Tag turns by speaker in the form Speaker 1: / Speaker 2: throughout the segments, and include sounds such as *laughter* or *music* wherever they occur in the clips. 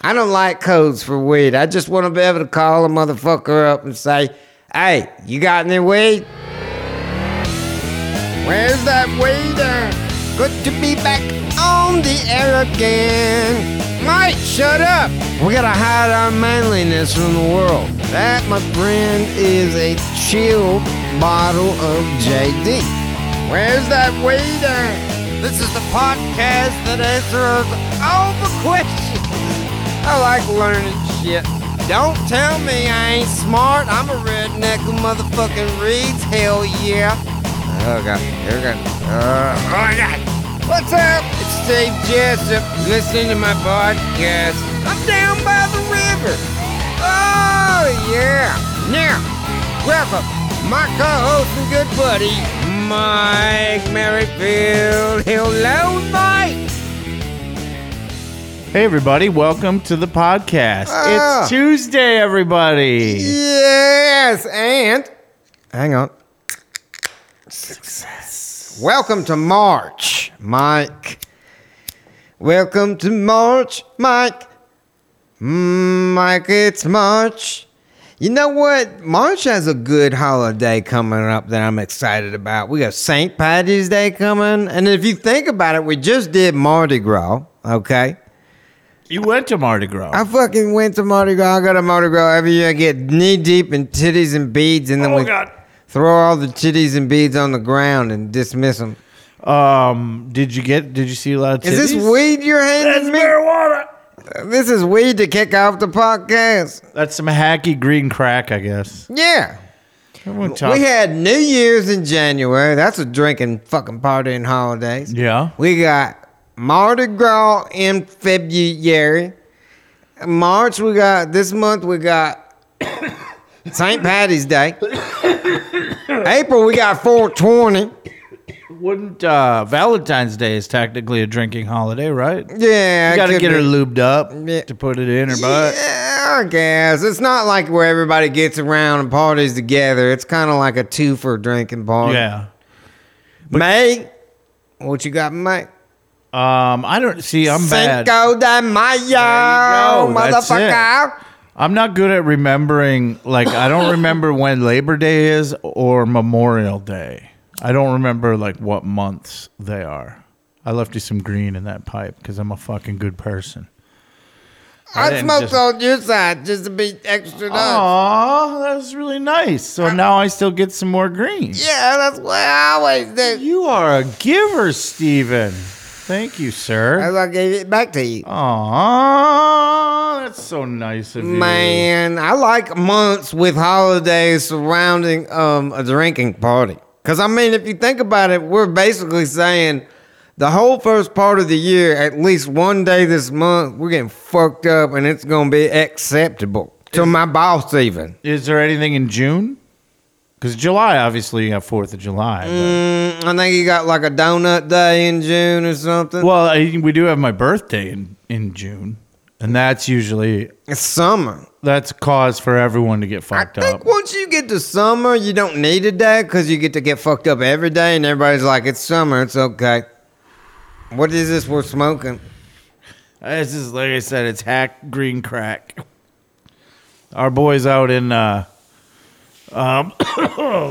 Speaker 1: I don't like codes for weed. I just want to be able to call a motherfucker up and say, hey, you got any weed? Where's that weed at? Good to be back on the air again. Mike, shut up. We gotta hide our manliness from the world. That, my friend, is a chilled bottle of JD. Where's that weed at? This is the podcast that answers all the questions. I like learning shit. Don't tell me I ain't smart. I'm a redneck who motherfucking reads. Hell yeah. Oh god. Here we go. Uh, oh god. What's up? It's Steve Jessup. Listening to my podcast. I'm down by the river. Oh yeah. Now, welcome, my co-host and good buddy, Mike Merrifield. Hello, Mike.
Speaker 2: Hey everybody, welcome to the podcast.
Speaker 1: Ah.
Speaker 2: It's Tuesday, everybody.
Speaker 1: Yes, and hang on. Welcome to March, Mike. Welcome to March, Mike. Mm, Mike, it's March. You know what? March has a good holiday coming up that I'm excited about. We got St. Patty's Day coming. And if you think about it, we just did Mardi Gras, okay?
Speaker 2: You went to Mardi Gras.
Speaker 1: I fucking went to Mardi Gras. I go to Mardi Gras every year. I get knee deep in titties and beads, and then
Speaker 2: Oh,
Speaker 1: we
Speaker 2: God.
Speaker 1: throw all the titties and beads on the ground and dismiss them.
Speaker 2: um, did you get? Did you see a lot of titties?
Speaker 1: Is this weed you're handing me?
Speaker 2: marijuana.
Speaker 1: This is weed to kick off the podcast.
Speaker 2: That's some hacky green crack, I guess.
Speaker 1: Yeah.
Speaker 2: Everyone talks.
Speaker 1: We had New Year's in January. That's a drinking fucking party and holidays.
Speaker 2: yeah.
Speaker 1: We got Mardi Gras in February. March we got this month we got *coughs* St. Patty's Day. *coughs* April we got 420.
Speaker 2: Wouldn't uh, Valentine's Day is technically a drinking holiday, right? You
Speaker 1: Yeah, it
Speaker 2: gotta
Speaker 1: could
Speaker 2: get her
Speaker 1: be.
Speaker 2: lubed up
Speaker 1: Yeah.
Speaker 2: to put it in her butt.
Speaker 1: Yeah, I guess it's not like where everybody gets around and parties together. It's kind of like a two for drinking party.
Speaker 2: Yeah.
Speaker 1: May, what you got, in May?
Speaker 2: Um, I don't see. I'm bad.
Speaker 1: Cinco de Mayo,
Speaker 2: go. That's it.
Speaker 1: motherfucker.
Speaker 2: I'm not good at remembering. Like, I don't remember when Labor Day is or Memorial Day. I don't remember like what months they are. I left you some green in that pipe because I'm a fucking good person. I
Speaker 1: I
Speaker 2: didn't
Speaker 1: smoked
Speaker 2: just- Oh.
Speaker 1: on your side just to be extra nice.
Speaker 2: Aw, that was really nice. So now I still get some more green.
Speaker 1: Yeah, that's what I always do.
Speaker 2: You are a giver, Steven. Thank you, sir.
Speaker 1: That's why I gave it back to you.
Speaker 2: Aw, that's so nice of you.
Speaker 1: Man, I like months with holidays surrounding um, a drinking party. Because, I mean, if you think about it, we're basically saying the whole first part of the year, at least one day this month, we're getting fucked up and it's going to be acceptable to my boss, even.
Speaker 2: Is there anything in June? Because July, obviously, you have 4th of July. but-
Speaker 1: Mm, I think you got like a donut day in June or something.
Speaker 2: Well, I, we do have my birthday in, in June, and that's usually
Speaker 1: it's summer.
Speaker 2: that's cause for everyone to get
Speaker 1: I
Speaker 2: fucked
Speaker 1: think
Speaker 2: up.
Speaker 1: once you get to summer, you don't need a day because you get to get fucked up every day, and everybody's like, "It's summer, it's okay." What is this we're smoking?
Speaker 2: This is like I said, it's hack green crack. Our boys out in uh, um, *coughs*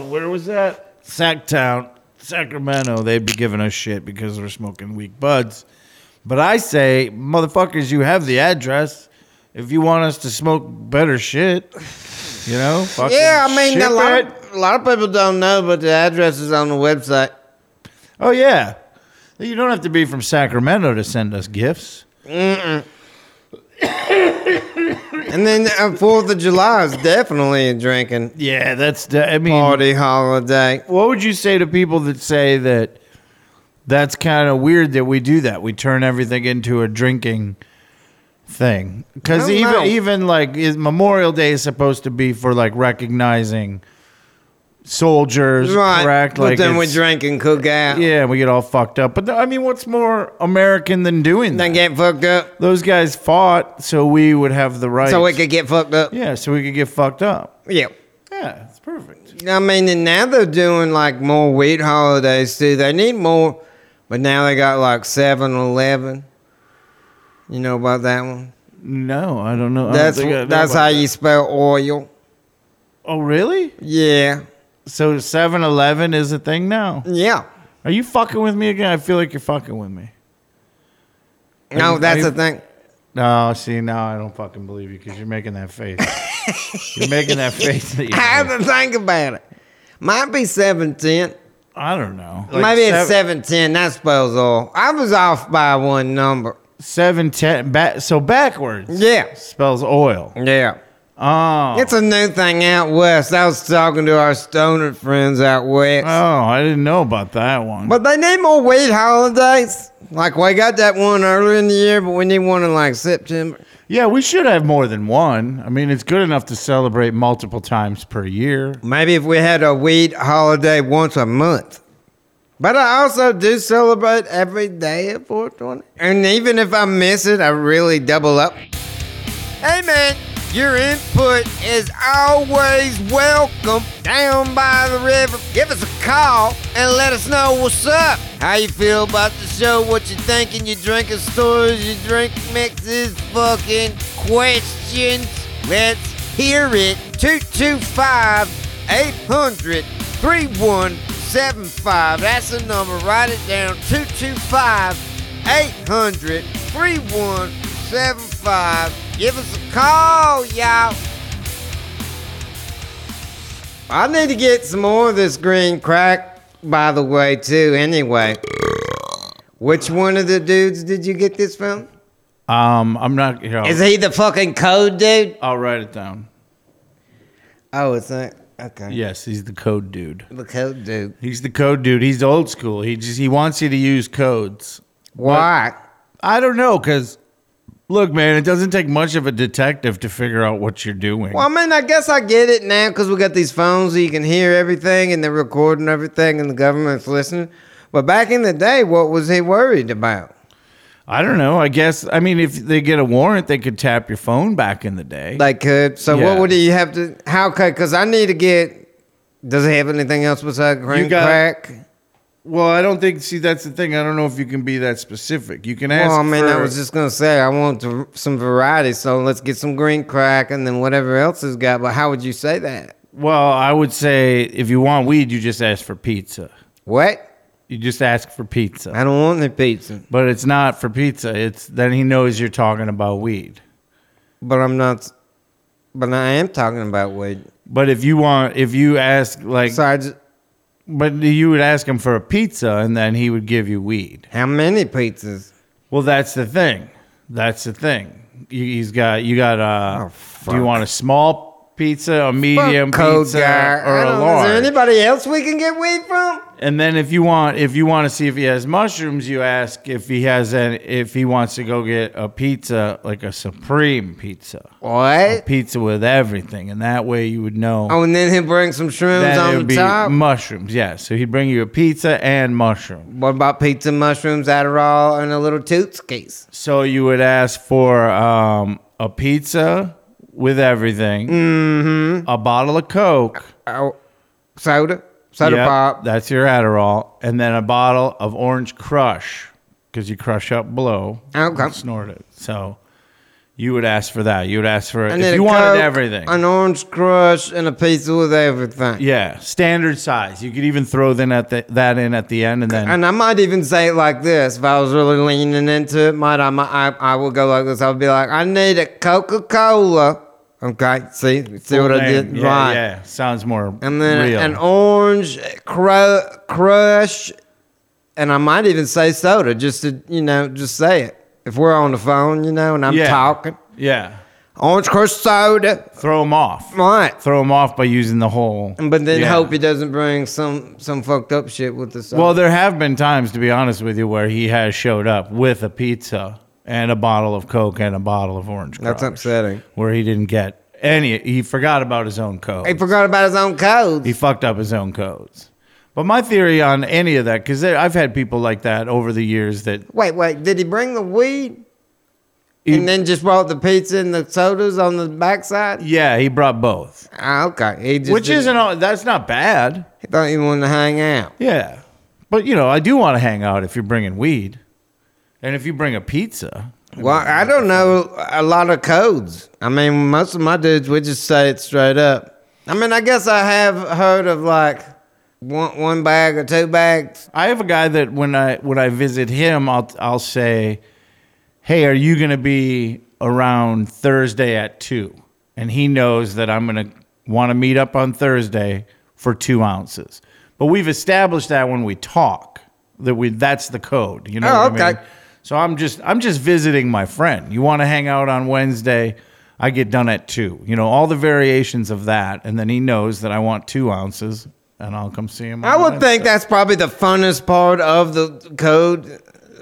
Speaker 2: where was that? Sacktown, Sacramento. They'd be giving us shit because we're smoking weak buds. But I say, motherfuckers, you have the address. If you want us to smoke better shit, you know, fucking
Speaker 1: yeah, I mean,
Speaker 2: ship
Speaker 1: a lot,
Speaker 2: it.
Speaker 1: of, a lot of people don't know, but the address is on the website.
Speaker 2: Oh yeah, you don't have to be from Sacramento to send us gifts.
Speaker 1: And then uh, Fourth of July is definitely a drinking
Speaker 2: Yeah, that's. the- I mean,
Speaker 1: party holiday.
Speaker 2: what would you say to people that say that that's kind of weird that we do that? We turn everything into a drinking thing
Speaker 1: I
Speaker 2: because
Speaker 1: don't
Speaker 2: even
Speaker 1: know.
Speaker 2: even like is Memorial Day is supposed to be for like recognizing soldiers,
Speaker 1: Right,
Speaker 2: correct?
Speaker 1: but
Speaker 2: like
Speaker 1: then we
Speaker 2: it's-
Speaker 1: drink and cook out. Yeah.
Speaker 2: Yeah, we get all fucked up. But the, I mean, what's more American than doing
Speaker 1: Then
Speaker 2: that?
Speaker 1: get fucked up,
Speaker 2: Those guys fought, so we would have the right.
Speaker 1: so we could get fucked up.
Speaker 2: Yeah, so we could get fucked up.
Speaker 1: Yeah.
Speaker 2: Yeah, it's perfect.
Speaker 1: I mean, and now they're doing like more wheat holidays too. They need more, but now they got like 7 Eleven. You know about that one?
Speaker 2: No, I don't know. I don't
Speaker 1: That's
Speaker 2: think I know
Speaker 1: that's
Speaker 2: about
Speaker 1: how
Speaker 2: that.
Speaker 1: you spell oil.
Speaker 2: Oh, really?
Speaker 1: Yeah,
Speaker 2: So 7 Eleven is a thing now?
Speaker 1: yeah.
Speaker 2: Are you fucking with me again? I feel like you're fucking with me.
Speaker 1: No,
Speaker 2: you-
Speaker 1: that's the
Speaker 2: are you-
Speaker 1: thing.
Speaker 2: No, see, now I don't fucking believe you because you're making that
Speaker 1: *laughs*
Speaker 2: face. you're making that face. That
Speaker 1: I have
Speaker 2: you
Speaker 1: to think about it. Might be seven ten.
Speaker 2: I don't know.
Speaker 1: Maybe
Speaker 2: seven,
Speaker 1: it's seven ten. That spells oil. I was off by one number.
Speaker 2: Seven, ten. Ba- so backwards
Speaker 1: Yeah,
Speaker 2: spells oil.
Speaker 1: yeah.
Speaker 2: Oh.
Speaker 1: It's a new thing out west. I was talking to our stoner friends out west.
Speaker 2: oh, I didn't know about that one.
Speaker 1: But they need more weed holidays. Like we got that one earlier in the year, but we need one in like September.
Speaker 2: yeah, we should have more than one. I mean, it's good enough to celebrate multiple times per year.
Speaker 1: Maybe if we had a weed holiday once a month. But I also do celebrate every day at 420. And even if I miss it, I really double up. Hey man, your input is always welcome down by the river. Give us a call and let us know what's up. How you feel about the show, what you thinking, your drinking stories, your drink mixes, fucking questions. Let's hear it. 225 800 3175. That's the number. Write it down. 225 800 3175. Give us a call, y'all. I need to get some more of this green crack, by the way, too, anyway. Which one of the dudes did you get this from?
Speaker 2: Um, I'm not. Here, I'll,
Speaker 1: Is he the fucking code dude?
Speaker 2: I'll write it down.
Speaker 1: Oh, it's not. Okay.
Speaker 2: Yes, he's the code dude.
Speaker 1: The code dude.
Speaker 2: He's the code dude. He's old school. He just he wants you to use codes.
Speaker 1: Why?
Speaker 2: I don't know, cause look, man, it doesn't take much of a detective to figure out what you're doing.
Speaker 1: Well, I mean, I guess I get it now because we got these phones so you can hear everything and they're recording everything and the government's listening. But back in the day, what was he worried about?
Speaker 2: I don't know. I guess I mean, if they get a warrant, they could tap your phone back in the day.
Speaker 1: They could. uh, So
Speaker 2: Yeah.
Speaker 1: what would he have to? How could? Because I need to get. Does he have anything else besides green
Speaker 2: got-
Speaker 1: crack?
Speaker 2: well, I don't think. See, that's the thing. I don't know if you can be that specific. You can ask.
Speaker 1: Well, I mean, I
Speaker 2: for-
Speaker 1: was just gonna say I want to, some variety, so let's get some green crack and then whatever else has got. But how would you say that?
Speaker 2: Well, I would say if you want weed, you just ask for pizza.
Speaker 1: What?
Speaker 2: You just ask for pizza.
Speaker 1: I don't want any pizza,
Speaker 2: But it's not for pizza. It's then he knows you're talking about weed.
Speaker 1: but I'm not. But I am talking about weed.
Speaker 2: But if you want, if you ask like,
Speaker 1: So I just,
Speaker 2: but you would ask him for a pizza, and then he would give you weed.
Speaker 1: How many pizzas?
Speaker 2: Well, that's the thing. That's the thing. You, he's got you got. Uh,
Speaker 1: Oh,
Speaker 2: do you want a small pizza, a medium
Speaker 1: Fuck code
Speaker 2: pizza,
Speaker 1: guy.
Speaker 2: or
Speaker 1: I
Speaker 2: a
Speaker 1: don't-
Speaker 2: large?
Speaker 1: Is there anybody else we can get weed from?
Speaker 2: and then if you want, if you want to see if he has mushrooms, you ask if he has an, if he wants to go get a pizza, like a supreme pizza,
Speaker 1: What?
Speaker 2: pizza with everything, and that way you would know.
Speaker 1: Oh, and then he'll bring some shrooms
Speaker 2: Then it
Speaker 1: on
Speaker 2: would
Speaker 1: the
Speaker 2: be
Speaker 1: top.
Speaker 2: mushrooms, yeah. So he'd bring you a pizza and mushroom.
Speaker 1: what about pizza, mushrooms, Adderall, and a little toots case?
Speaker 2: So you would ask for um, a pizza with everything,
Speaker 1: Mm-hmm.
Speaker 2: a bottle of Coke,
Speaker 1: Oh, soda, soda
Speaker 2: Yep,
Speaker 1: pop.
Speaker 2: that's your Adderall, and then a bottle of Orange Crush because you crush up blow,
Speaker 1: Okay.
Speaker 2: and snort it. So you would ask for that. You would ask for
Speaker 1: I
Speaker 2: it
Speaker 1: need
Speaker 2: if
Speaker 1: a
Speaker 2: you wanted
Speaker 1: Coke,
Speaker 2: everything.
Speaker 1: An orange crush and a pizza with everything.
Speaker 2: yeah, standard size. You could even throw then at the, that in at the end, and then
Speaker 1: And I might even say it like this. If I was really leaning into it, might I might I, I would go like this. I would be like, I need a Coca Cola. Okay, see, see what I
Speaker 2: Name.
Speaker 1: did,
Speaker 2: Yeah,
Speaker 1: right?
Speaker 2: Yeah, sounds more
Speaker 1: and then
Speaker 2: real.
Speaker 1: an orange eh, cru- crush, and I might even say soda, just to you know, just say it. If we're on the phone, you know, and I'm
Speaker 2: Yeah.
Speaker 1: talking,
Speaker 2: yeah,
Speaker 1: orange crush soda,
Speaker 2: throw them off.
Speaker 1: right?
Speaker 2: throw him off by using the whole.
Speaker 1: But then
Speaker 2: Yeah.
Speaker 1: hope he doesn't bring some some fucked up shit with the soda.
Speaker 2: Well, there have been times, to be honest with you, where he has showed up with a pizza and a bottle of Coke and a bottle of orange.
Speaker 1: that's
Speaker 2: Crush,
Speaker 1: upsetting.
Speaker 2: Where he didn't get any. He forgot about his own code.
Speaker 1: He forgot about his own code.
Speaker 2: he fucked up his own codes. But my theory on any of that, because I've had people like that over the years that
Speaker 1: Wait, wait, did he bring the weed?
Speaker 2: He-
Speaker 1: and then just brought the pizza and the sodas on the backside?
Speaker 2: yeah, he brought both,
Speaker 1: Ah, okay. He just
Speaker 2: which
Speaker 1: didn't-
Speaker 2: isn't all. That's not bad.
Speaker 1: he thought he wanted to hang out.
Speaker 2: Yeah, but you know, I do want to hang out if you're bringing weed, and if you bring a pizza,
Speaker 1: Well, I don't know a lot of codes. I mean, most of my dudes would just say it straight up. I mean, I guess I have heard of like one one bag or two bags.
Speaker 2: I have a guy that when I when I visit him, I'll I'll say, "Hey, are you going to be around Thursday at 2? And he knows that I'm going to want to meet up on Thursday for two ounces. But we've established that when we talk that we that's the code. You know.
Speaker 1: Oh,
Speaker 2: what I mean?
Speaker 1: okay.
Speaker 2: So I'm just I'm just visiting my friend. You want to hang out on Wednesday? I get done at two. You know all the variations of that, and then he knows that I want two ounces, and I'll come see him. on
Speaker 1: I would
Speaker 2: Wednesday.
Speaker 1: think that's probably the funnest part of the code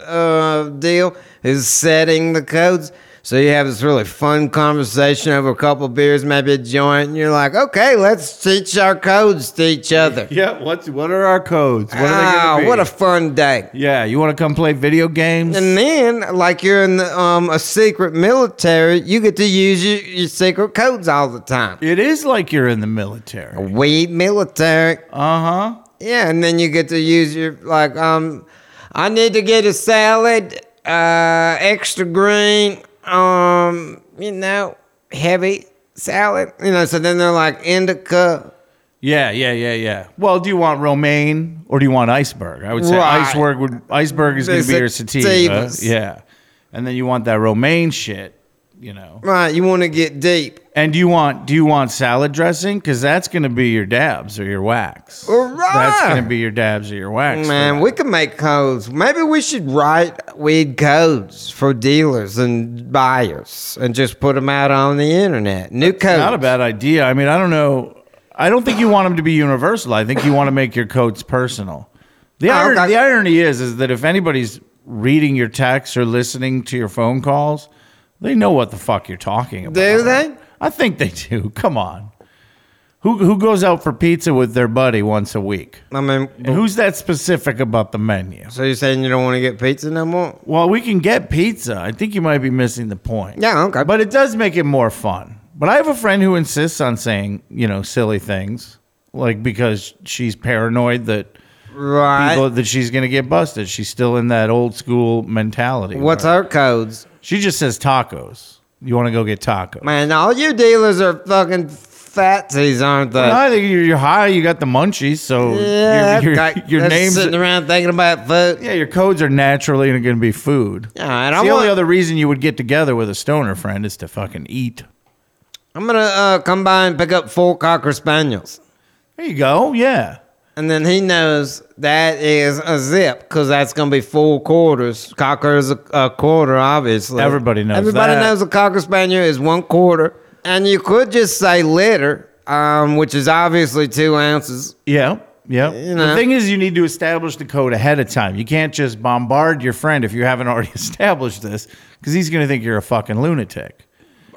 Speaker 1: uh, deal is setting the codes. So you have this really fun conversation over a couple beers, maybe a joint, and you're like, okay, let's teach our codes to each other.
Speaker 2: Yeah, what's what are our codes? What are they
Speaker 1: Ah,
Speaker 2: gonna be?
Speaker 1: what a fun day.
Speaker 2: yeah, you want to come play video games?
Speaker 1: And then, like you're in the, um, a secret military, you get to use your, your secret codes all the time.
Speaker 2: It is like you're in the military.
Speaker 1: We military,
Speaker 2: Uh huh.
Speaker 1: yeah. And then you get to use your like, um, I need to get a salad, uh, extra green, um, you know, heavy salad, you know. So then they're like indica.
Speaker 2: Yeah, yeah, yeah, yeah. Well, do you want romaine or do you want iceberg? I would say
Speaker 1: Right.
Speaker 2: iceberg would iceberg is going
Speaker 1: There's
Speaker 2: to be your
Speaker 1: a
Speaker 2: sativa.
Speaker 1: sativas.
Speaker 2: Yeah, and then you want that romaine shit, you know.
Speaker 1: Right, you want to get deep.
Speaker 2: And do you want do you want salad dressing? Because that's going to be your dabs or your wax.
Speaker 1: Hurrah!
Speaker 2: That's going to be your dabs or your wax.
Speaker 1: Man, we could make codes. Maybe we should write weed codes for dealers and buyers and just put them out on the internet. New codes.
Speaker 2: Not a bad idea. I mean, I don't know. I don't think you want them to be universal. I think you want to make your codes personal. The,
Speaker 1: Oh,
Speaker 2: iron,
Speaker 1: okay.
Speaker 2: the irony is, is that if anybody's reading your texts or listening to your phone calls, they know what the fuck you're talking about.
Speaker 1: Do they?
Speaker 2: I think they do. *laughs* Come on. Who, who goes out for pizza with their buddy once a week?
Speaker 1: I mean,
Speaker 2: And who's that specific about the menu?
Speaker 1: so you're saying you don't want to get pizza no more?
Speaker 2: Well, we can get pizza. I think you might be missing the point.
Speaker 1: Yeah, okay.
Speaker 2: But it does make it more fun. But I have a friend who insists on saying, you know, silly things, like because she's paranoid that
Speaker 1: right.
Speaker 2: people, that she's going to get busted. She's still in that old school mentality.
Speaker 1: What's
Speaker 2: where-
Speaker 1: our codes?
Speaker 2: She just says tacos. You want to go get tacos?
Speaker 1: Man, all you dealers are fucking fatsies, aren't they?
Speaker 2: No, I think you're, you're high. You got the munchies, so
Speaker 1: uh, yeah,
Speaker 2: your, your,
Speaker 1: okay.
Speaker 2: your
Speaker 1: That's
Speaker 2: names.
Speaker 1: sitting around thinking about food.
Speaker 2: Yeah, your codes are naturally going to be food.
Speaker 1: All right,
Speaker 2: It's
Speaker 1: I
Speaker 2: the
Speaker 1: want,
Speaker 2: only other reason you would get together with a stoner friend is to fucking eat.
Speaker 1: I'm gonna uh, come by and pick up four cocker spaniels.
Speaker 2: There you go. Yeah.
Speaker 1: And then he knows that is a zip because that's going to be full quarters. Cocker is a, a quarter, obviously.
Speaker 2: Everybody knows
Speaker 1: Everybody
Speaker 2: that.
Speaker 1: knows a Cocker Spaniel is one quarter. And you could just say litter, um, which is obviously two ounces.
Speaker 2: Yeah. Yeah.
Speaker 1: You know.
Speaker 2: The thing is, you need to establish the code ahead of time. You can't just bombard your friend if you haven't *laughs* already established this because he's going to think you're a fucking lunatic.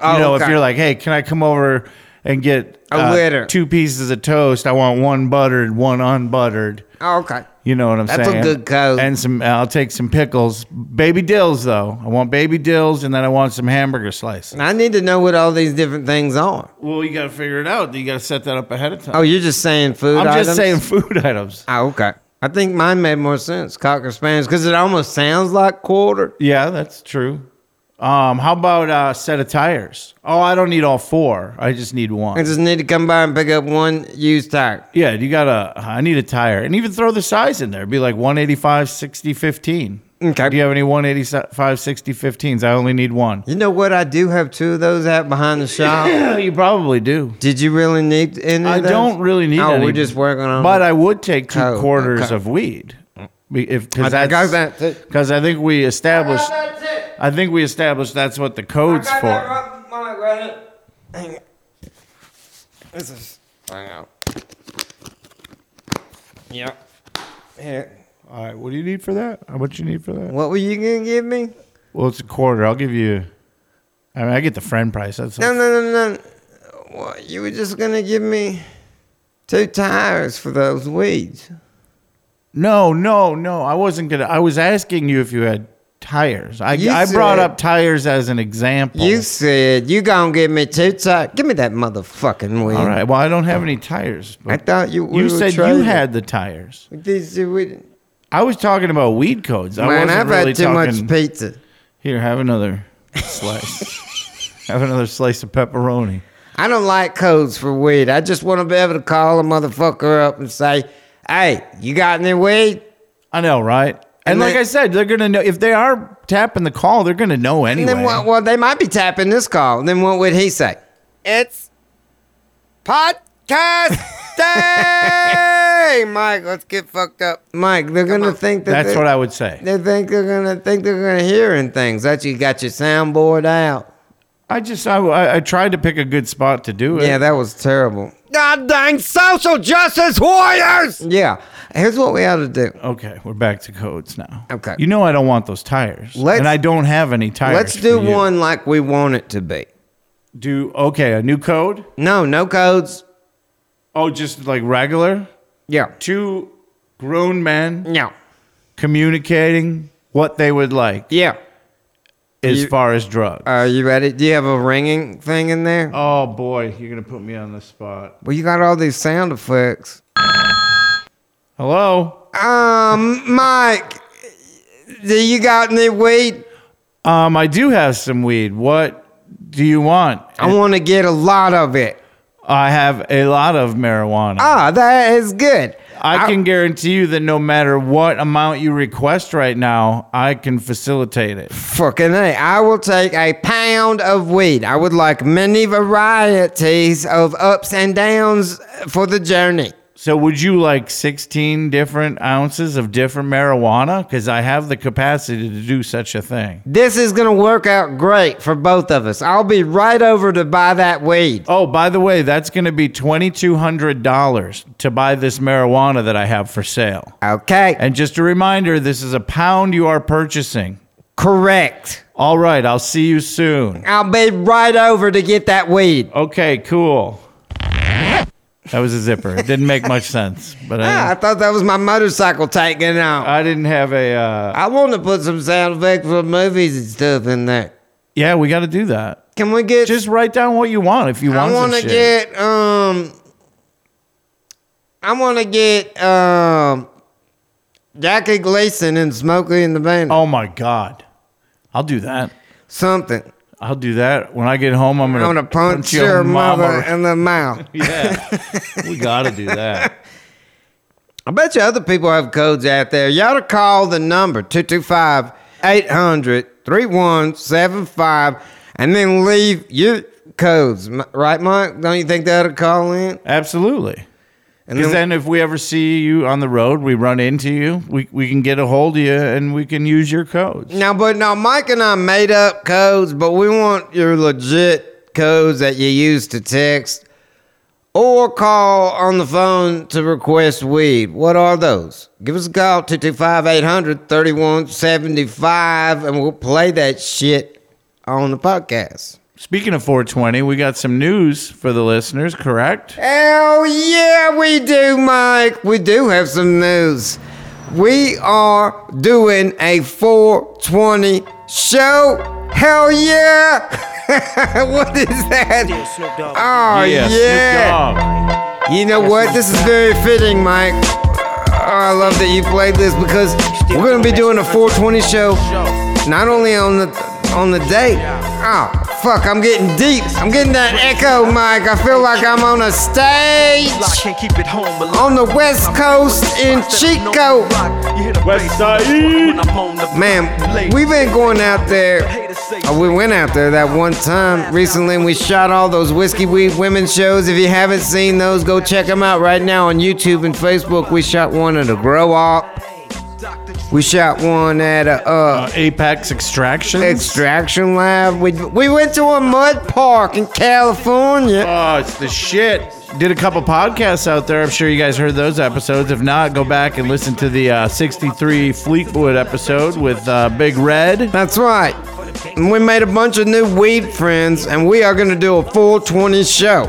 Speaker 1: Oh,
Speaker 2: you know, if
Speaker 1: okay.
Speaker 2: you're like, hey, can I come over and get uh,
Speaker 1: A litter.
Speaker 2: two pieces of toast? I want one buttered, one unbuttered.
Speaker 1: Oh, okay.
Speaker 2: You know what I'm
Speaker 1: That's a
Speaker 2: saying?
Speaker 1: good code.
Speaker 2: And some, I'll take some pickles, baby dills though. I want baby dills, and then I want some hamburger slices.
Speaker 1: And I need to know what all these different things are.
Speaker 2: Well, you got to figure it out. You got to set that up ahead of time.
Speaker 1: Oh, you're just saying food
Speaker 2: I'm
Speaker 1: items?
Speaker 2: just saying food *laughs* items.
Speaker 1: Oh, okay. I think mine made more sense, Cocker Spaniels, because it almost sounds like quarter.
Speaker 2: Yeah, that's true. Um, how about a set of tires? Oh, I don't need all four. I just need
Speaker 1: I
Speaker 2: one.
Speaker 1: just need to come by and pick up one used tire.
Speaker 2: Yeah, you got to I need a tire. And even throw the size in there. Be like 185, 60, 15.
Speaker 1: Okay.
Speaker 2: Do you have any 185, 60, 15s? I only need one.
Speaker 1: You know what? I do have two of those out behind the
Speaker 2: *laughs*
Speaker 1: shop.
Speaker 2: *coughs* you probably do.
Speaker 1: Did you really need any of
Speaker 2: I
Speaker 1: those?
Speaker 2: don't really need
Speaker 1: Oh,
Speaker 2: any,
Speaker 1: we're just working on.
Speaker 2: But I would take two
Speaker 1: Oh,
Speaker 2: quarters
Speaker 1: okay.
Speaker 2: of weed. Be- If,
Speaker 1: I
Speaker 2: cause
Speaker 1: got
Speaker 2: that's-
Speaker 1: that, too.
Speaker 2: Cause I think we established,
Speaker 1: it.
Speaker 2: I think we established that's what the code's for.
Speaker 1: Hang on. This is. Hang on. Yep. Here.
Speaker 2: All right. What do you need for that? How much you need for that?
Speaker 1: What were you gonna give me?
Speaker 2: Well, it's a quarter. I'll give you. I mean, I get the friend price. That's
Speaker 1: No, no, no, no. What, you were just gonna give me two tires for those weeds.
Speaker 2: no, no, no. I wasn't gonna. I was asking you if you had tires. I
Speaker 1: You
Speaker 2: I brought
Speaker 1: said-
Speaker 2: up tires as an example.
Speaker 1: You said you gonna give me two tires. Give me that motherfucking weed.
Speaker 2: All right. Well, I don't have any tires.
Speaker 1: I
Speaker 2: But
Speaker 1: thought you. We
Speaker 2: you
Speaker 1: were
Speaker 2: said you
Speaker 1: trading.
Speaker 2: had the tires.
Speaker 1: These, we,
Speaker 2: I was talking about weed codes. I
Speaker 1: man,
Speaker 2: wasn't
Speaker 1: I've
Speaker 2: really
Speaker 1: had too
Speaker 2: talking.
Speaker 1: much pizza.
Speaker 2: Here, have another slice. *laughs* have another slice of pepperoni.
Speaker 1: I don't like codes for weed. I just want to be able to call a motherfucker up and say, hey, you got any weed?
Speaker 2: I know, right? And,
Speaker 1: And
Speaker 2: like
Speaker 1: they-
Speaker 2: I said, they're gonna know if they are tapping the call, they're gonna know
Speaker 1: And
Speaker 2: anyway.
Speaker 1: then what? Well, they might be tapping this call. And then what would he say? It's
Speaker 2: *laughs*
Speaker 1: podcast day, Mike. Let's get fucked up, Mike. They're gonna think that
Speaker 2: That's
Speaker 1: they,
Speaker 2: what I would say.
Speaker 1: they think they're gonna think they're gonna hear and things. That you got your soundboard out.
Speaker 2: I just I- I, I tried to pick a good spot to do it.
Speaker 1: Yeah, that was terrible. God dang social justice warriors! Yeah, here's what we ought to do.
Speaker 2: Okay, we're back to codes now.
Speaker 1: Okay.
Speaker 2: You know I don't want those tires,
Speaker 1: Let's-
Speaker 2: and I don't have any tires.
Speaker 1: Let's
Speaker 2: for
Speaker 1: do
Speaker 2: you.
Speaker 1: one like we want it to be.
Speaker 2: Do okay, a new code.
Speaker 1: No, no codes.
Speaker 2: Oh, just like regular.
Speaker 1: Yeah,
Speaker 2: Two grown men
Speaker 1: yeah,
Speaker 2: communicating what they would like
Speaker 1: yeah.
Speaker 2: as
Speaker 1: You- Uh,
Speaker 2: far as drugs.
Speaker 1: Are you ready? Do you have a ringing thing in there?
Speaker 2: oh boy, you're gonna put me on the spot.
Speaker 1: Well, you got all these sound effects.
Speaker 2: Hello.
Speaker 1: Um, Mike, do you got any weed?
Speaker 2: Um, I do have some weed. What do you want?
Speaker 1: I want to get a lot of it.
Speaker 2: I have a lot of marijuana.
Speaker 1: Ah, that is good.
Speaker 2: I can guarantee you that no matter what amount you request right now, I can facilitate it.
Speaker 1: fucking a. I will take a pound of weed. I would like many varieties of ups and downs for the journey.
Speaker 2: So, would you like 16 different ounces of different marijuana? Because I have the capacity to do such a thing.
Speaker 1: This is gonna work out great for both of us. I'll be right over to buy that weed.
Speaker 2: Oh, by the way, that's going to be $2,200 to buy this marijuana that I have for sale.
Speaker 1: Okay,
Speaker 2: And just a reminder this is a pound you are purchasing.
Speaker 1: correct.
Speaker 2: All right, I'll see you soon.
Speaker 1: I'll be right over to get that weed.
Speaker 2: Okay, cool. That was a zipper. It didn't make much sense, but
Speaker 1: Ah, I
Speaker 2: I,
Speaker 1: thought that was my motorcycle taking off.
Speaker 2: I didn't have a. Uh,
Speaker 1: I want to put some sound effects for movies and stuff in there.
Speaker 2: yeah, we got to do that.
Speaker 1: Can we get?
Speaker 2: Just write down what you want if you
Speaker 1: I
Speaker 2: want. want to
Speaker 1: get um. I want to get um. Jackie Gleason and Smokey and the Bandit.
Speaker 2: Oh my god, I'll do that.
Speaker 1: Something.
Speaker 2: I'll do that when I get home. I'm
Speaker 1: I'm
Speaker 2: gonna,
Speaker 1: gonna punch, your mother *laughs* in the mouth.
Speaker 2: yeah, we got to do that.
Speaker 1: I bet you other people have codes out there. You ought to call the number 225 800 3175 and then leave your codes. M- Right, Mike? Don't you think they ought to call in?
Speaker 2: *laughs* Absolutely.
Speaker 1: And
Speaker 2: Because then, if we ever see you on the road, we run into you. We we can get a hold of you, and we can use your codes.
Speaker 1: now, but now Mike and I made up codes, but we want your legit codes that you use to text or call on the phone to request weed. What are those? Give us a call 225 800 3175 and we'll play that shit on the podcast.
Speaker 2: Speaking of 420, we got some news for the listeners. Correct?
Speaker 1: Hell yeah, we do, Mike. We do have some news. We are doing a 420 show. Hell yeah! *laughs* what is that? Oh,
Speaker 2: Yeah, Snoop
Speaker 1: yeah.
Speaker 2: Dogg.
Speaker 1: You know what? This is very fitting, Mike. Oh, I love that you played this because we're gonna be doing a 420 show, not only on the on the day. Oh, fuck! I'm getting deep. I'm getting that echo, Mike. I feel like I'm on a
Speaker 3: I
Speaker 1: stage
Speaker 3: can't keep it home alone.
Speaker 1: on the West Coast in Chico.
Speaker 2: West Side.
Speaker 1: Man, we've been going out there. uh, We went out there that one time recently and we shot all those Whiskey Weed Women shows. If you haven't seen those, go check them out right now on YouTube and Facebook. We shot one at a grow op. We shot one at a uh,
Speaker 2: Uh, Apex Extraction.
Speaker 1: extraction lab. We, we went to a mud park in California.
Speaker 2: Oh, it's the shit. Did a couple podcasts out there. I'm sure you guys heard those episodes. If not, go back and listen to the uh, 63 Fleetwood episode with uh, Big Red.
Speaker 1: That's right. And we made a bunch of new weed friends, and we are going to do a full 20 show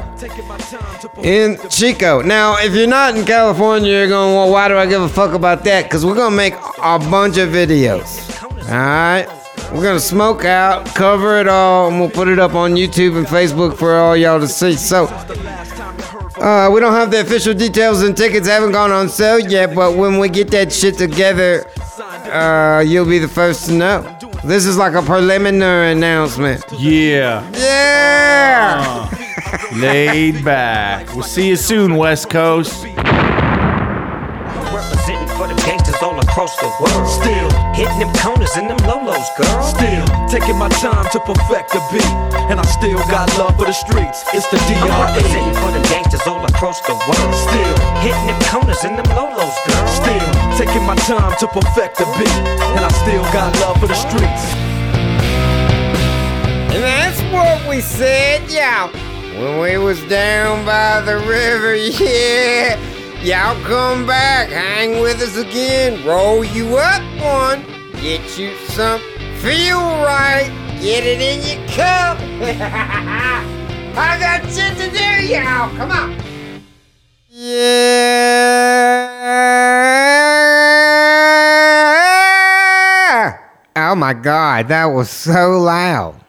Speaker 1: in Chico. Now, if you're not in California, you're going, well, why do I give a fuck about that? Because we're going to make a bunch of videos. All right? We're going to smoke out, cover it all, and we'll put it up on YouTube and Facebook for all y'all to see. So, uh, we don't have the official details and tickets haven't gone on sale yet, but when we get that shit together, uh, you'll be the first to know. This is like a preliminary announcement.
Speaker 2: Yeah.
Speaker 1: Yeah!
Speaker 2: Laid back. We'll see you soon, West Coast.
Speaker 4: Representing for the gangsters all across the world. Still hitting them corners and them lolos, girl.
Speaker 5: Still taking my time to perfect the beat, and I still got love for the streets. It's the
Speaker 4: I'm representing
Speaker 5: DRE.
Speaker 4: for them gangsters all across the world.
Speaker 5: Still,
Speaker 4: hitting them corners and them lolos, girl.
Speaker 5: still taking my time to perfect the beat, and I still got love for the streets.
Speaker 1: and that's what we said, y'all. When we was down by the river, *laughs* yeah. Y'all come back, hang with us again, roll you up one, get you some, feel right, get it in your cup. *laughs* I got shit to do, y'all. Come on. Yeah. Oh my God, that was so loud.